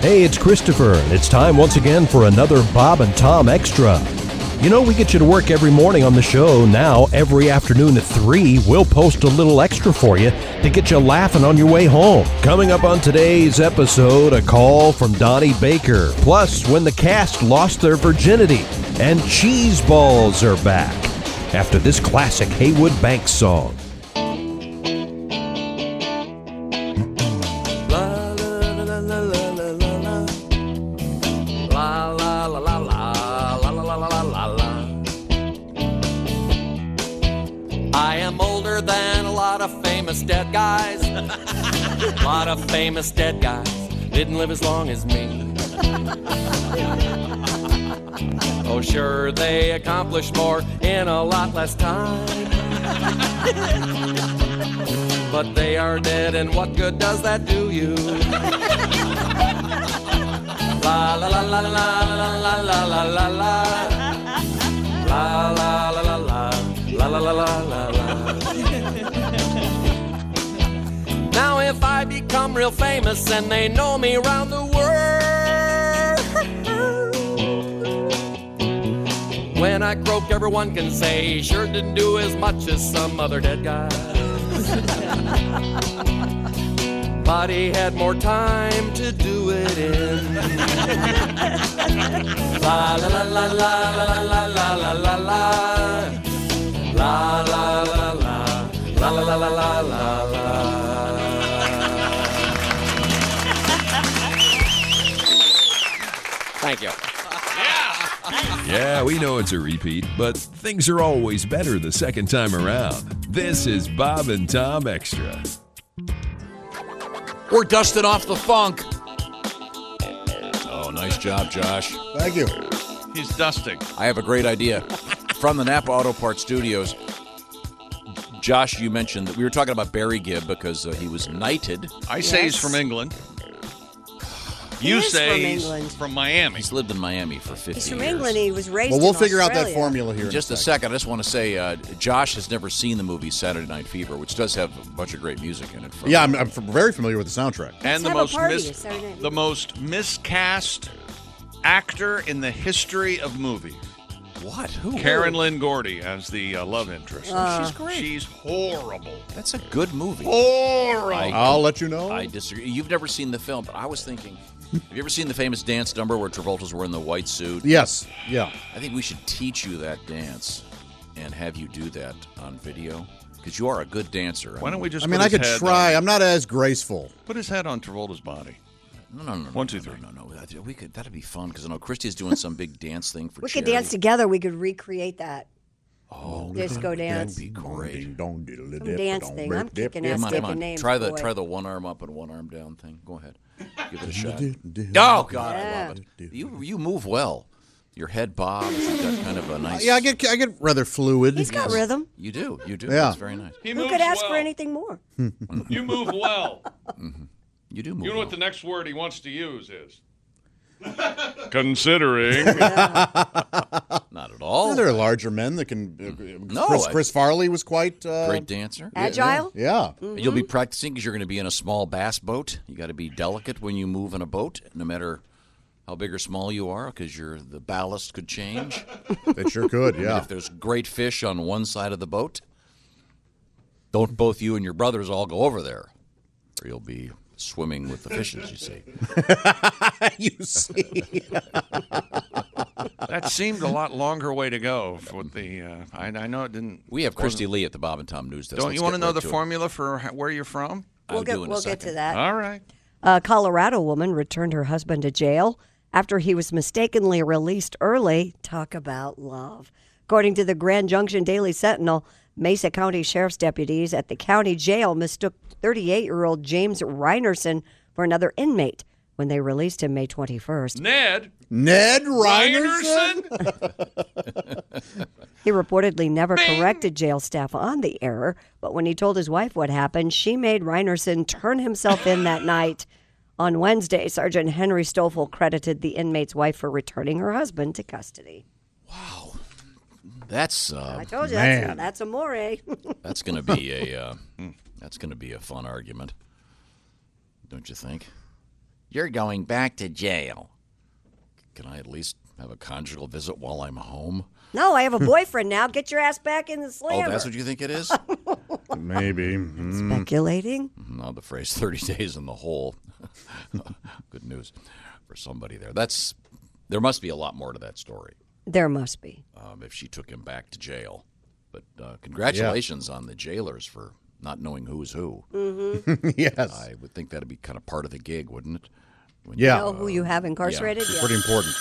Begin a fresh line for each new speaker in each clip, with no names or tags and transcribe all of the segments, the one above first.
Hey, it's Christopher, and it's time once again for another Bob and Tom Extra. You know, we get you to work every morning on the show. Now, every afternoon at 3, we'll post a little extra for you to get you laughing on your way home. Coming up on today's episode, a call from Donnie Baker. Plus, when the cast lost their virginity, and cheese balls are back. After this classic Haywood Banks song.
La la la la la la la la. La la la la la la la la la la la. I am older than a lot of famous dead guys. a lot of famous dead guys didn't live as long as me. oh, sure, they accomplished more in a lot less time. But they are dead, and what good does that do you? la la la la la la la la la la la la la la la la la la la la la Now if I become real famous and they know me round the world When I croak everyone can say sure didn't do as much as some other dead guy but he had more time to do it in. la la la la la la la la la la la la la la la la la la la la la. Thank you.
Yeah, we know it's a repeat, but things are always better the second time around. This is Bob and Tom Extra.
We're dusting off the funk. Oh, nice job, Josh.
Thank you.
He's dusting.
I have a great idea from the Napa Auto Parts Studios. Josh, you mentioned that we were talking about Barry Gibb because uh, he was knighted.
I say he's
Yes.
from England.
He
you
is
say
from
he's
England.
from Miami.
He's lived in Miami for 50
He's from
years.
England. He was raised.
Well, we'll
in
figure out that
Australia.
formula here. in
Just a second, I just want to say uh, Josh has never seen the movie Saturday Night Fever, which does have a bunch of great music in it. From
Yeah, I'm, I'm f- very familiar with the soundtrack.
And the
have a
most,
party
mis-
Saturday night.
the most miscast actor in the history of movie.
What? Who?
Karen Lynn Gordy as the uh, love interest. she's great. She's horrible.
That's a good movie.
Horrible.
I'll let you know.
I disagree. You've never seen the film, but I was thinking. Have you ever seen the famous dance number where Travolta's wearing the white suit?
yes. Yeah.
I think we should teach you that dance and have you do that on video because you are a good dancer.
Why don't we just?
I mean,
put
I
his
could
head
try.
on-
I'm not as graceful.
put his head on Travolta's body.
No, no, no. no,
One, two,
no,
three.
No, no, no. That- We could. That'd be fun because I know Christy's doing some big dance thing for.
We could dance together. We could recreate that.
Oh,
Disco dance.
that'd be great.
Some
dance thing. I'm kicking ass.
Come on,
Stick
come
a
on.
name
try the
for it.
try the one arm up and one arm down thing. Go ahead, give it a shot.
Oh
Oh God, I love it. You you move well. Your head bobs. You've got kind of a nice.
Yeah, I get I get rather fluid.
He's got rhythm.
You do. You do.
Yeah.
That's very nice.
He
Who could ask for anything more?
You move well.
You do move.
You know what
well.
the next word he wants to use is? Considering.
Not at all.
Yeah, there are larger men that can. uh,
No,
Chris,
I-
Chris Farley was quite. Uh,
Great dancer.
Agile.
Yeah.
You'll be practicing because you're going to be in a small bass boat. You got to be delicate when you move in a boat, no matter how big or small you are, because your the ballast could change.
That sure could. Yeah.
If there's great fish on one side of the boat, don't both you and your brothers all go over there, or you'll be swimming with the fishes. You see,
you see.
Uh,
That seemed a lot longer way to go with the. Uh, I, I know it didn't.
we have Christy Lee at the Bob and Tom News Desk.
Don't
Let's
you want
get
to know
right
the
to it. Uh,
formula for h- where you're from?
I
We'll
do
get
in a
we'll get to
second.
that.
All right.
A Colorado woman returned her husband to jail after he was mistakenly released early. Talk about love. According to the Grand Junction Daily Sentinel, Mesa County Sheriff's deputies at the county jail mistook 38 year old James Reinerson for another inmate when they released him May 21st.
Ned
Ned Reinerson.
Reinerson.
He reportedly never corrected jail staff on the error, but when he told his wife what happened, she made Reinerson turn himself in that night. On Wednesday, Sergeant Henry Stoffel credited the inmate's wife for returning her husband to custody.
That's uh,
I told you
man.
that's, that's amore.
that's going to be a uh, that's going to be a fun argument, don't you think? You're going back to jail. Can I at least have a conjugal visit while I'm home?
No, I have a boyfriend now. Get your ass back in the slammer.
Oh, that's what you think it is?
Maybe.
hmm.
Mm.
Speculating?
no, the phrase 30 days in the hole. Good news for somebody there. That's there must be a lot more to that story.
There must be.
Um, if she took him back to jail. But uh, congratulations on the jailers for not knowing who's who.
yes.
I would think that'd be kind of part of the gig, wouldn't it? When you-
Yeah.
know who you have incarcerated? Yeah.
Pretty important.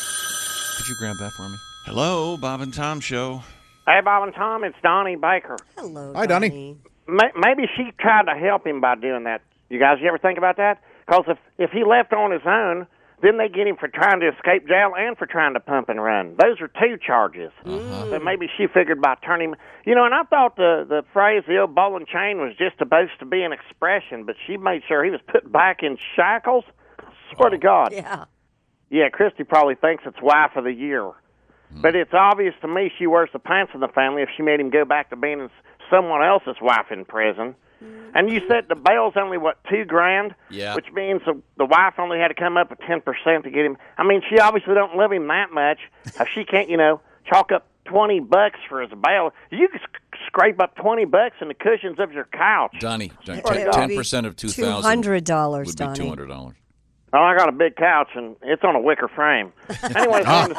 could you grab that for me?
Hello, Bob and Tom Show.
Hey, Bob and Tom, it's Donnie Baker.
Hello,
Hi, Donnie.
May- Maybe she tried to help him by doing that. You guys, you ever think about that? Because if if he left on his own, then they get him for trying to escape jail and for trying to pump and run. Those are two charges. But maybe she figured by turning, you know. And I thought the the phrase "the old bowling chain" was just supposed to be an expression, but she made sure he was put back in shackles. Swear to God.
Yeah.
Yeah, Christy probably thinks it's wife of the year. But it's obvious to me she wears the pants in the family if she made him go back to being s- someone else's wife in prison. And you said the bail's only what two grand,
Yeah.
which means the, the wife only had to come up with ten percent to get him. I mean, she obviously don't love him that much. If she can't, you know, chalk up twenty bucks for his bail, you could sc- scrape up twenty bucks in the cushions of your couch.
Donnie, Donnie
Or it would
ten
be
percent of two thousand
$200,
would be
Donnie.
two hundred dollars.
Oh, I got a big couch and it's on a wicker frame. Anyway, same,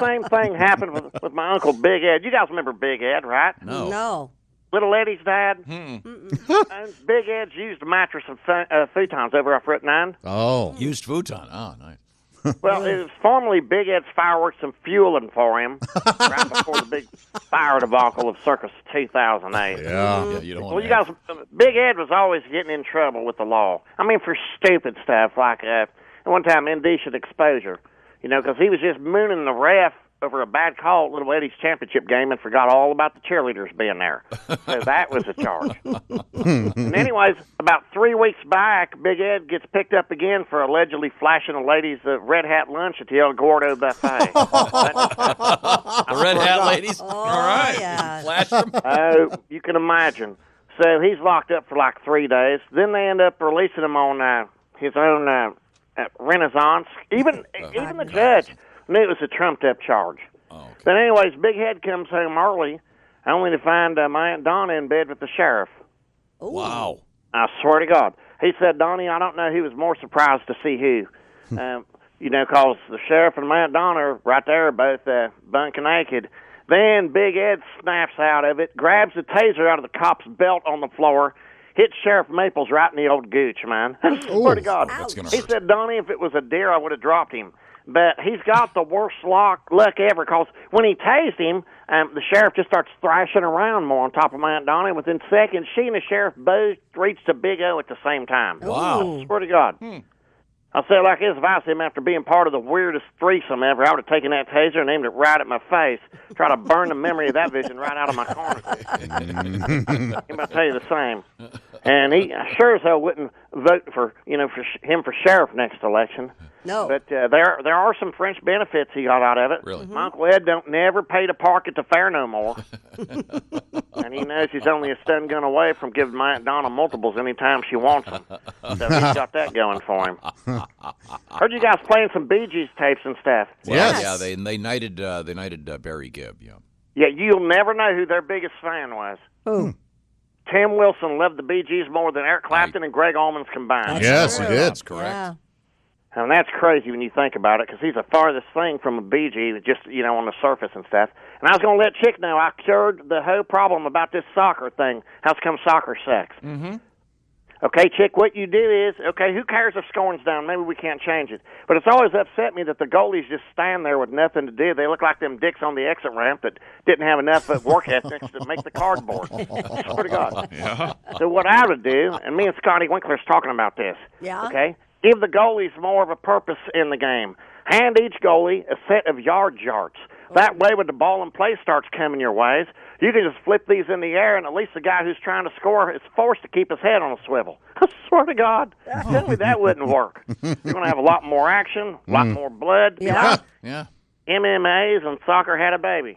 same thing happened with, with my uncle Big Ed. You guys remember Big Ed, right?
No.
No.
Little Eddie's dad. And Big Ed's used a mattress and fu- uh, futons over off Route 9.
Oh.
Used futon. Oh, nice.
Well, it was formerly Big Ed's fireworks and fueling for him right before the big fire debacle of Circus 2008.
Yeah.
Yeah, you don't want
Well, you
to
guys, Big Ed was always getting in trouble with the law. I mean, for stupid stuff like uh, one time indecent exposure, you know, because he was just mooning the ref over a bad call at Little Eddie's championship game and forgot all about the cheerleaders being there. So that was a charge. and anyways, about three weeks back, Big Ed gets picked up again for allegedly flashing a lady's uh, red hat lunch at the El Gordo buffet.
the red hat ladies.
Oh, yeah.
Flash them.
Oh, you can imagine. So he's locked up for like three days. Then they end up releasing him on uh, his own uh, uh, Renaissance. Even even the judge knew it was a trumped up charge. Oh, But anyways, Big Head comes home early, only to find uh, my aunt Donna in bed with the sheriff.
Wow.
I swear to God. He said, Donnie, I don't know who was more surprised to see
Hmm.
who. um, you know, 'cause the sheriff and Matt Donner are right there, both uh, bunk naked. Then Big Ed snaps out of it, grabs the taser out of the cop's belt on the floor, hits Sheriff Maples right in the old gooch, man. swear to God.
That's gonna
he
hurt.
said, Donnie, if it was a deer, I would have dropped him. But he's got the worst luck, luck ever 'cause when he tased him, um, the sheriff just starts thrashing around more on top of my Aunt Donna. And within seconds, she and the sheriff both reached a big O at the same time.
Wow.
I swear to God. I said, like this, if I see him after being part of the weirdest threesome ever, I would have taken that taser and aimed it right at my face, try to burn the memory of that vision right out of my corner. I'm going to tell you the same. And he I sure as hell wouldn't vote for you know for sh- him for sheriff next election.
No.
But uh, there there are some French benefits he got out of it.
Really?
My Uncle Ed don't never pay to park at the fair no more. and he knows he's only a stun gun away from giving my Aunt Donna multiples anytime she wants them. So he's got that going for him. Heard you guys playing some Bee Gees tapes and stuff.
Well,
Yes.
Yeah, they they knighted uh, they knighted uh, Barry Gibb. Yeah.
Yeah, you'll never know who their biggest fan was.
Who?
Tim Wilson loved the Bee Gees more than Eric Clapton and Greg Allman's combined.
Yes, he
true.
did.
Yeah.
And that's crazy when you think about it, 'cause he's the farthest thing from a BG, just you know, on the surface and stuff. And I was gonna let Chick know I cured the whole problem about this soccer thing. How's come soccer sucks? Mm-hmm. Okay, Chick, what you do is okay. Who cares if scoring's down? Maybe we can't change it. But it's always upset me that the goalies just stand there with nothing to do. They look like them dicks on the exit ramp that didn't have enough uh, work ethic to make the cardboard. I swear to God. So what I would do, and me and Scotty Winkler's talking about this.
Yeah.
Okay. Give the goalies more of a purpose in the game. Hand each goalie a set of yard charts. That way, when the ball and play starts coming your ways, you can just flip these in the air, and at least the guy who's trying to score is forced to keep his head on a swivel. I swear to God, tell me that wouldn't work. You're going to have a lot more action, a lot more blood. You
Yeah.
Yeah.
know, MMAs and soccer had a baby.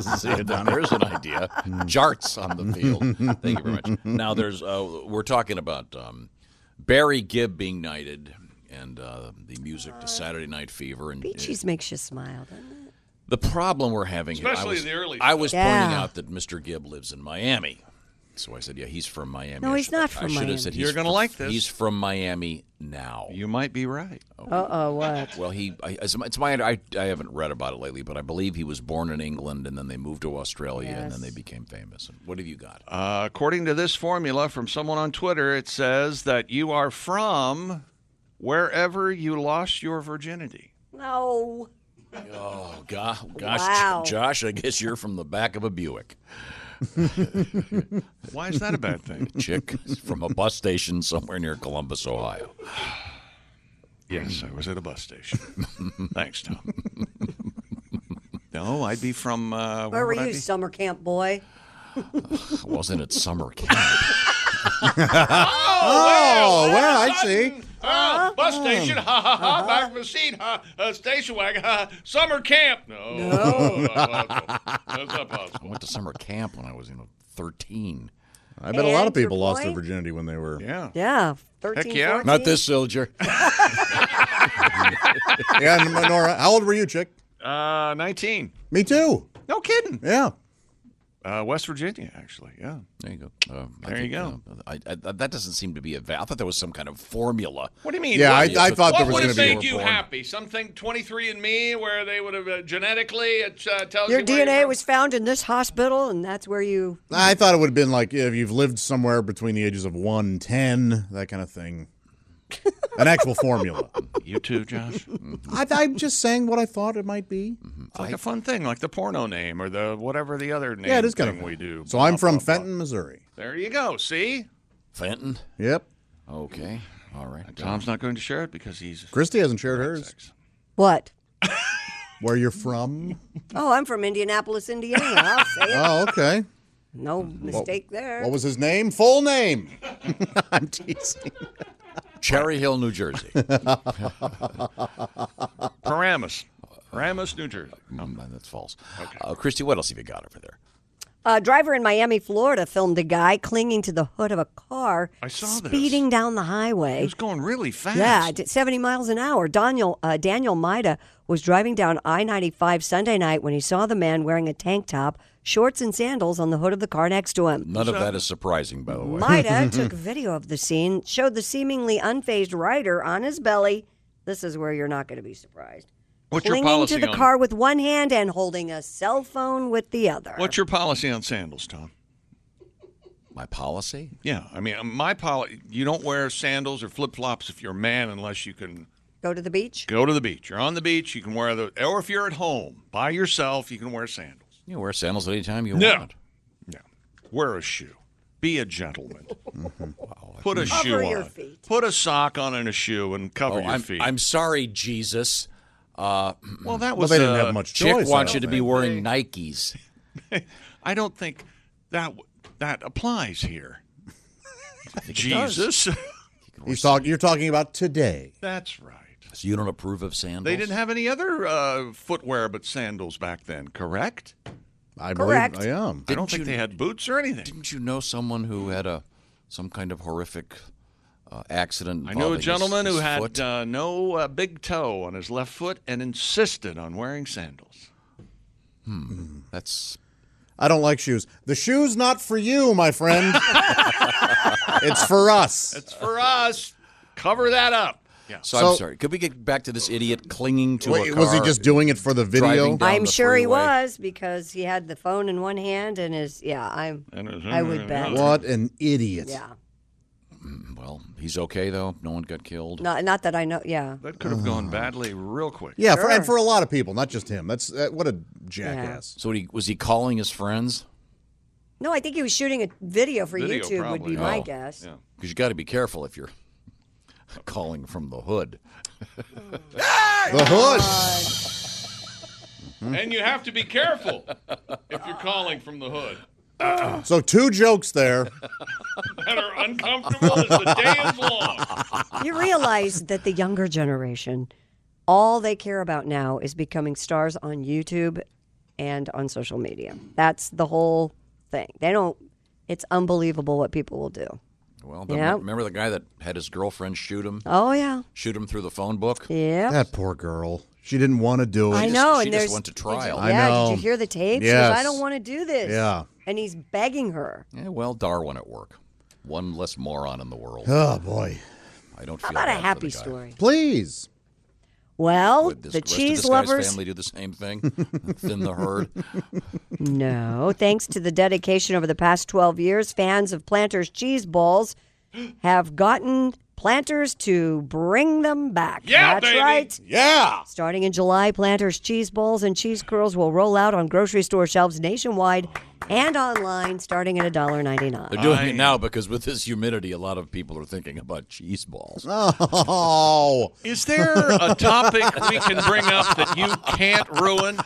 See, now there's an idea. Jarts on the field. Thank you very much. Now there's uh, we're talking about um, Barry Gibb being knighted, and uh, the music to Saturday Night Fever, and
Beaches makes you smile. doesn't it?
the problem we're having here- I
Especially
was,
the early
I was
stuff.
pointing
Yeah.
out that Mr. Gibb lives in Miami. So I said, yeah, he's from Miami.
No,
I
he's
should-
not
I
from
should
Miami.
have said he's
You're gonna
fr-
like this.
He's from Miami now.
You might be right.
Uh oh, what?
Well, he I, as my- it's my I, I haven't read about it lately, but I believe he was born in England and then they moved to Australia and then they became famous. What have you got?
Uh, according to this formula from someone on Twitter, it says that you are from wherever you lost your virginity.
No.
Oh go- gosh,
Wow.
Josh, I guess you're from the back of a Buick.
Why is that a bad thing?
Chick from a bus station somewhere near Columbus, Ohio.
yes, I was at a bus station. Thanks, Tom. no, I'd be from. Uh,
Where were
would I
you,
be?
summer camp boy?
Wasn't it summer camp?
Oh, well, I see.
Ah, bus station, ha ha ha, back of the seat, ha, uh, station wagon, ha, summer camp. No, no. that's not
I
possible.
went to summer camp when I was you know 13.
I bet a lot of
And your
people lost their
point?
virginity when they were.
Yeah.
Yeah, 13,
Heck yeah.
14.
Not this soldier.
Yeah, and Nora, how old were you, chick?
Uh, 19.
Me too.
No kidding.
Yeah.
Uh, West Virginia, actually, yeah.
There you go. Um, I
There you
think, uh, I, I, that doesn't seem to be a. Va- I thought there was some kind of formula.
What do you mean?
Yeah,
What-
I, I thought there
What
was
would have
going to be.
made you happy? Something 23 and Me, where they would have uh, genetically it uh, tells
Your
you where
DNA
you're
was found in this hospital, and that's where you.
I thought it would have been like if you've lived somewhere between the ages of 1 and 10, that kind of thing. An actual formula.
from. You too, Josh. It's
I, I'm just saying what I thought it might be.
like a fun thing, like the porno name or the whatever the other name.
Yeah, it is kind
thing
of
we do.
So
Blah,
I'm from
blah, blah.
Fenton, Missouri.
There you go. See,
Fenton.
Yep.
Okay. All right.
Tom's not going to share it because he's
Christy hasn't shared hers.
What?
Where you're from?
Oh, I'm from Indianapolis, Indiana. I'll say it.
Oh, okay.
No mistake there.
What was his name? Full name. I'm teasing.
Cherry Hill, New Jersey.
Paramus, Paramus, New Jersey.
Mm, that's false. Uh, Christy, what else have you got over there?
A driver in Miami, Florida filmed a guy clinging to the hood of a car
I saw this.
speeding down the highway.
He was going really fast.
Yeah, I did 70 miles an hour. Daniel uh, Daniel Maida was driving down I 95 Sunday night when he saw the man wearing a tank top, shorts, and sandals on the hood of the car next to him.
None of that is surprising, by the way.
Maida took video of the scene, showed the seemingly unfazed rider on his belly. This is where you're not going to be surprised.
What's your
clinging
policy
to the
on?
car with one hand and holding a cell phone with the other.
What's your policy on sandals, Tom?
My policy?
Yeah, I mean, my policy. You don't wear sandals or flip flops if you're a man unless you can
Go to the beach?
go to the beach. You're on the beach, you can wear the, or if you're at home by yourself, you can wear sandals.
You wear sandals at any time you
No.
want.
Yeah, wear a shoe. Be a gentleman. Put a
Cover
shoe
your
on.
feet.
Put a sock on and a shoe and cover
Oh,
your
I'm,
feet.
I'm sorry, Jesus. Uh,
well, that
Well,
was.
they didn't
uh,
have much choice.
Chick
I
wants
don't
you to be
think.
wearing Nikes.
I don't think that w- that applies here.
it does.
Jesus,
He's talk, you're talking about today.
that's right.
So you don't approve of sandals?
They didn't have any other uh, footwear but sandals back then, correct?
I
Correct.
believe I am.
I don't think they had boots or anything.
Didn't you know someone who had a some kind of horrific uh, accident?
I knew a
involving his-
gentleman
his
who had
foot?
uh, no uh, big toe on his left foot and insisted on wearing sandals.
That's
I don't like shoes. The shoe's not for you, my friend. it's for us.
It's for us. Cover that up. Yeah.
so, I'm
So-
sorry. Could we get back to this idiot clinging to a
Wait,
car?
was he just doing it for the video?
Driving down
I'm
the
sure he
freeway?
was because he had the phone in one hand and his, yeah, I'm,
uh,
I would bet.
What an idiot.
Yeah.
Well, he's okay though. No one got killed.
Not, not that I know, yeah.
That could have gone badly real quick.
Yeah, for,
Sure.
and for a lot of people, not just him. That's uh, what a jackass.
So he was he calling his friends?
No, I think he was shooting a video for
Video,
YouTube, would
probably.
be my
Oh.
guess.
Yeah.
Because you got to be careful if you're calling from the hood.
The
Uh,
hood.
And you have to be careful if you're calling from the hood.
So two jokes there.
That are uncomfortable as the day is long.
You realize that the younger generation, all they care about now is becoming stars on YouTube and on social media. That's the whole thing. They don't, it's unbelievable what people will do.
Well, the,
Yeah.
remember the guy that had his girlfriend shoot him?
Oh yeah,
Shoot him through the phone book?
yeah.
That poor girl. She didn't want to do it.
I
just-
know.
she
and
just
there's,
went to
did
trial.
You,
I
yeah.
know.
Did you hear the tape? She goes,
Yes.
I don't want to do this.
Yeah.
And he's begging her.
Yeah, well, Darwin at work. One less moron in the world.
Oh boy.
I don't
How
feel
about a
bad for the
happy
guy.
story?
Please.
Well,
Would this,
the
rest
cheese
of this
lovers.
guy's family do the same thing? Thin the herd?
No, thanks to the dedication over the past 12 years, fans of Planters cheese balls have gotten Planters to bring them back. Yeah, That's right.
Yeah.
Starting in July, Planters cheese balls and cheese curls will roll out on grocery store shelves nationwide and online starting at $1.99.
They're doing it now because with this humidity, a lot of people are thinking about cheese balls.
Oh.
Is there a topic we can bring up that you can't ruin?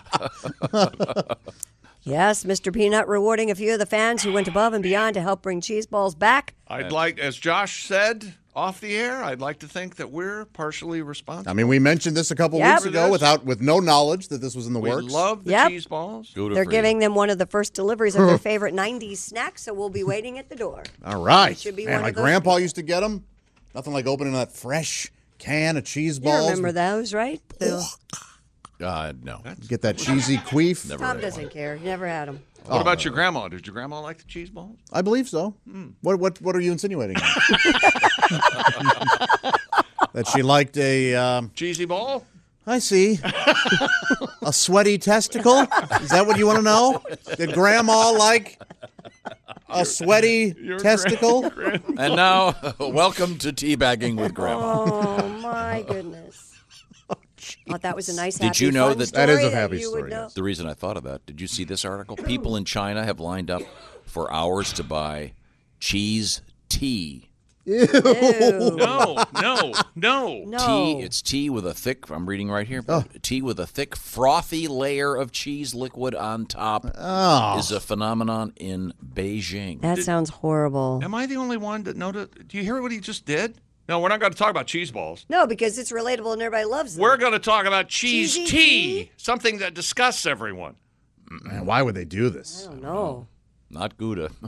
Yes, Mr. Peanut rewarding a few of the fans who went above and beyond to help bring cheese balls back.
I'd like, as Josh said off the air, I'd like to think that we're partially responsible.
I mean, we mentioned this a couple
Yep.
weeks ago without with no knowledge that this was in the
we
works.
love the
Yep.
cheese balls.
Good
They're
for you.
giving them one of the first deliveries of their favorite 90s snack, so we'll be waiting at the door.
Uh,
All right.
Should be
Man,
one
my
of those
grandpa used to get them. Nothing like opening that fresh can of cheese
You
balls.
remember those, right? The-
Uh, no.
Get that cheesy queef.
Tom doesn't care. He Never had them.
What
Oh.
about your grandma? Did your grandma like the cheese balls?
I believe so. Hmm. What what what are you insinuating? that she liked a um,
Cheesy ball?
I see. a sweaty testicle? Is that what you want to know? Did grandma like a sweaty testicle?
And now, welcome to teabagging with Grandma.
Oh my goodness! oh, that was a nice.
Did
happy,
you know
fun
that-
story
That is a happy
you would
story,
know?
yes.
The reason I thought of that, did you see this article? People in China have lined up for hours to buy cheese tea.
No, no, no.
No,
Tea, it's tea with a thick, I'm reading right here, tea with a thick, frothy layer of cheese liquid on top is a phenomenon in Beijing.
that sounds horrible.
Am I the only one that noticed? Do you hear what he just did? No, we're not going to talk about cheese balls.
No, because it's relatable and everybody loves it.
We're going to talk about cheese
Cheesy
tea, something that disgusts everyone.
Man, why would they do this?
I don't know.
Not Gouda.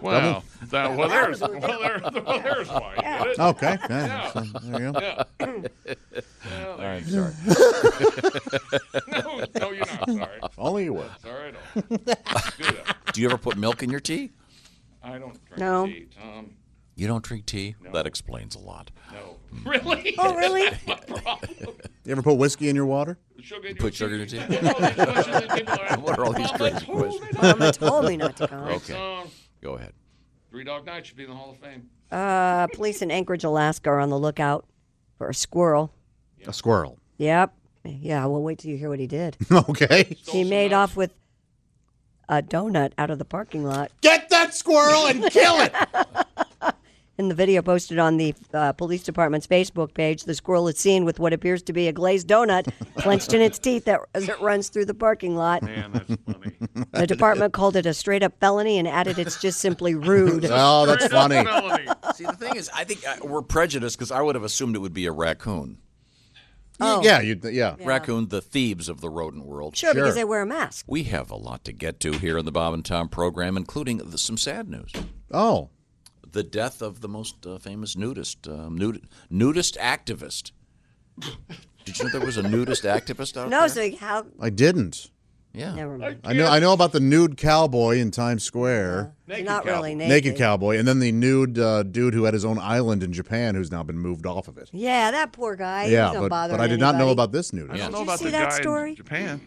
Wow. That, well, there's, well, there, well, there's why.
Okay. yeah, so there you go.
All right, sorry.
No, no, you're not. Sorry.
If Only you would.
Sorry at all.
Do you ever put milk in your tea?
I don't drink
No.
tea, Um, Tom.
You don't drink tea? That explains a lot.
No. Really?
Oh, really?
You ever put whiskey in your water?
Sugar in your
Put sugar in your
tea.
tea?
All these questions that people are
What are all these crazy questions?
Mama told me not to come.
Okay,
asking. Um,
go ahead.
Three Dog Night should be in the Hall of Fame.
Uh, police in Anchorage, Alaska, are on the lookout for a squirrel.
A squirrel.
Yep. Yeah, well, wait till you hear what he did.
Okay.
He made off with a donut out of the parking lot.
Get that squirrel and kill it.
In the video posted on the uh, police department's Facebook page, the squirrel is seen with what appears to be a glazed donut clenched in its teeth that, as it runs through the parking lot.
Man, that's funny.
The department called it a straight up felony and added it's just simply rude.
Oh, that's funny.
Melanie.
See, the thing is, I think uh, we're prejudiced because I would have assumed it would be a raccoon.
Yeah, you yeah.
Raccoon, the thieves of the rodent world.
Oh, Sure, because they wear a mask.
We have a lot to get to here in the Bob and Tom program, including the, some sad news.
Oh.
The death of the most uh, famous nudist, um, nud- nudist activist. Did you know there was a nudist activist out
No,
there?
so like, how?
I didn't.
yeah.
Never mind.
I know I know about the nude cowboy in Times Square.
You're not really Uh-huh. naked.
Naked cowboy, and then the nude uh, dude who had his own island in Japan, who's now been moved off of it.
Yeah, that poor guy. He
yeah,
wasn't
but,
bothering
but I did not know
anybody.
about this nude.
I don't know
you
about
see
the
that
guy
story?
in Japan.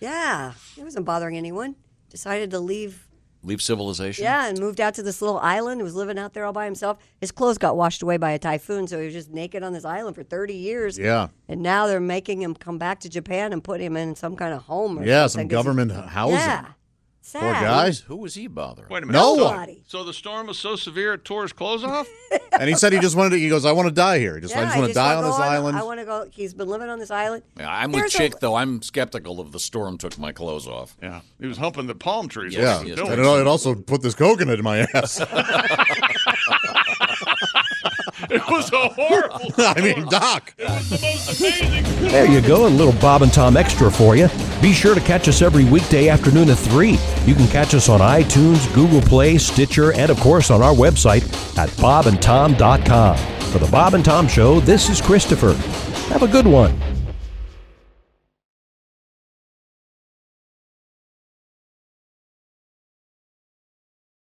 Yeah, he wasn't bothering anyone. Decided to leave.
Leave civilization.
Yeah, and moved out to this little island. He was living out there all by himself. His clothes got washed away by a typhoon, so he was just naked on this island for 30 years.
Yeah,
And now they're making him come back to Japan and put him in some kind of home. Or
yeah, some
something 'cause he-
government h- housing.
Yeah. Sad.
Poor guy.
Who was he bothering?
Wait a minute.
No one.
Nobody.
So the storm was so severe it tore his clothes off?
And he said he just wanted to. He goes, I want to die here. He Just
Yeah,
I just want to die on
wanna
this
go
island.
I want to go. He's been living on this island.
Yeah, I'm
There's
with
a-
Chick, though. I'm skeptical of the storm took my clothes off.
Yeah. He was humping the palm trees.
Yeah.
What was he
Yes,
doing?
and it, it also put this coconut in my ass.
It was a horrible
I mean, Doc.
It was the most amazing
There you go, a little Bob and Tom extra for you. Be sure to catch us every weekday afternoon at 3. You can catch us on iTunes, Google Play, Stitcher, and of course on our website at bobandtom.com. For the Bob and Tom Show, this is Christopher. Have a good one.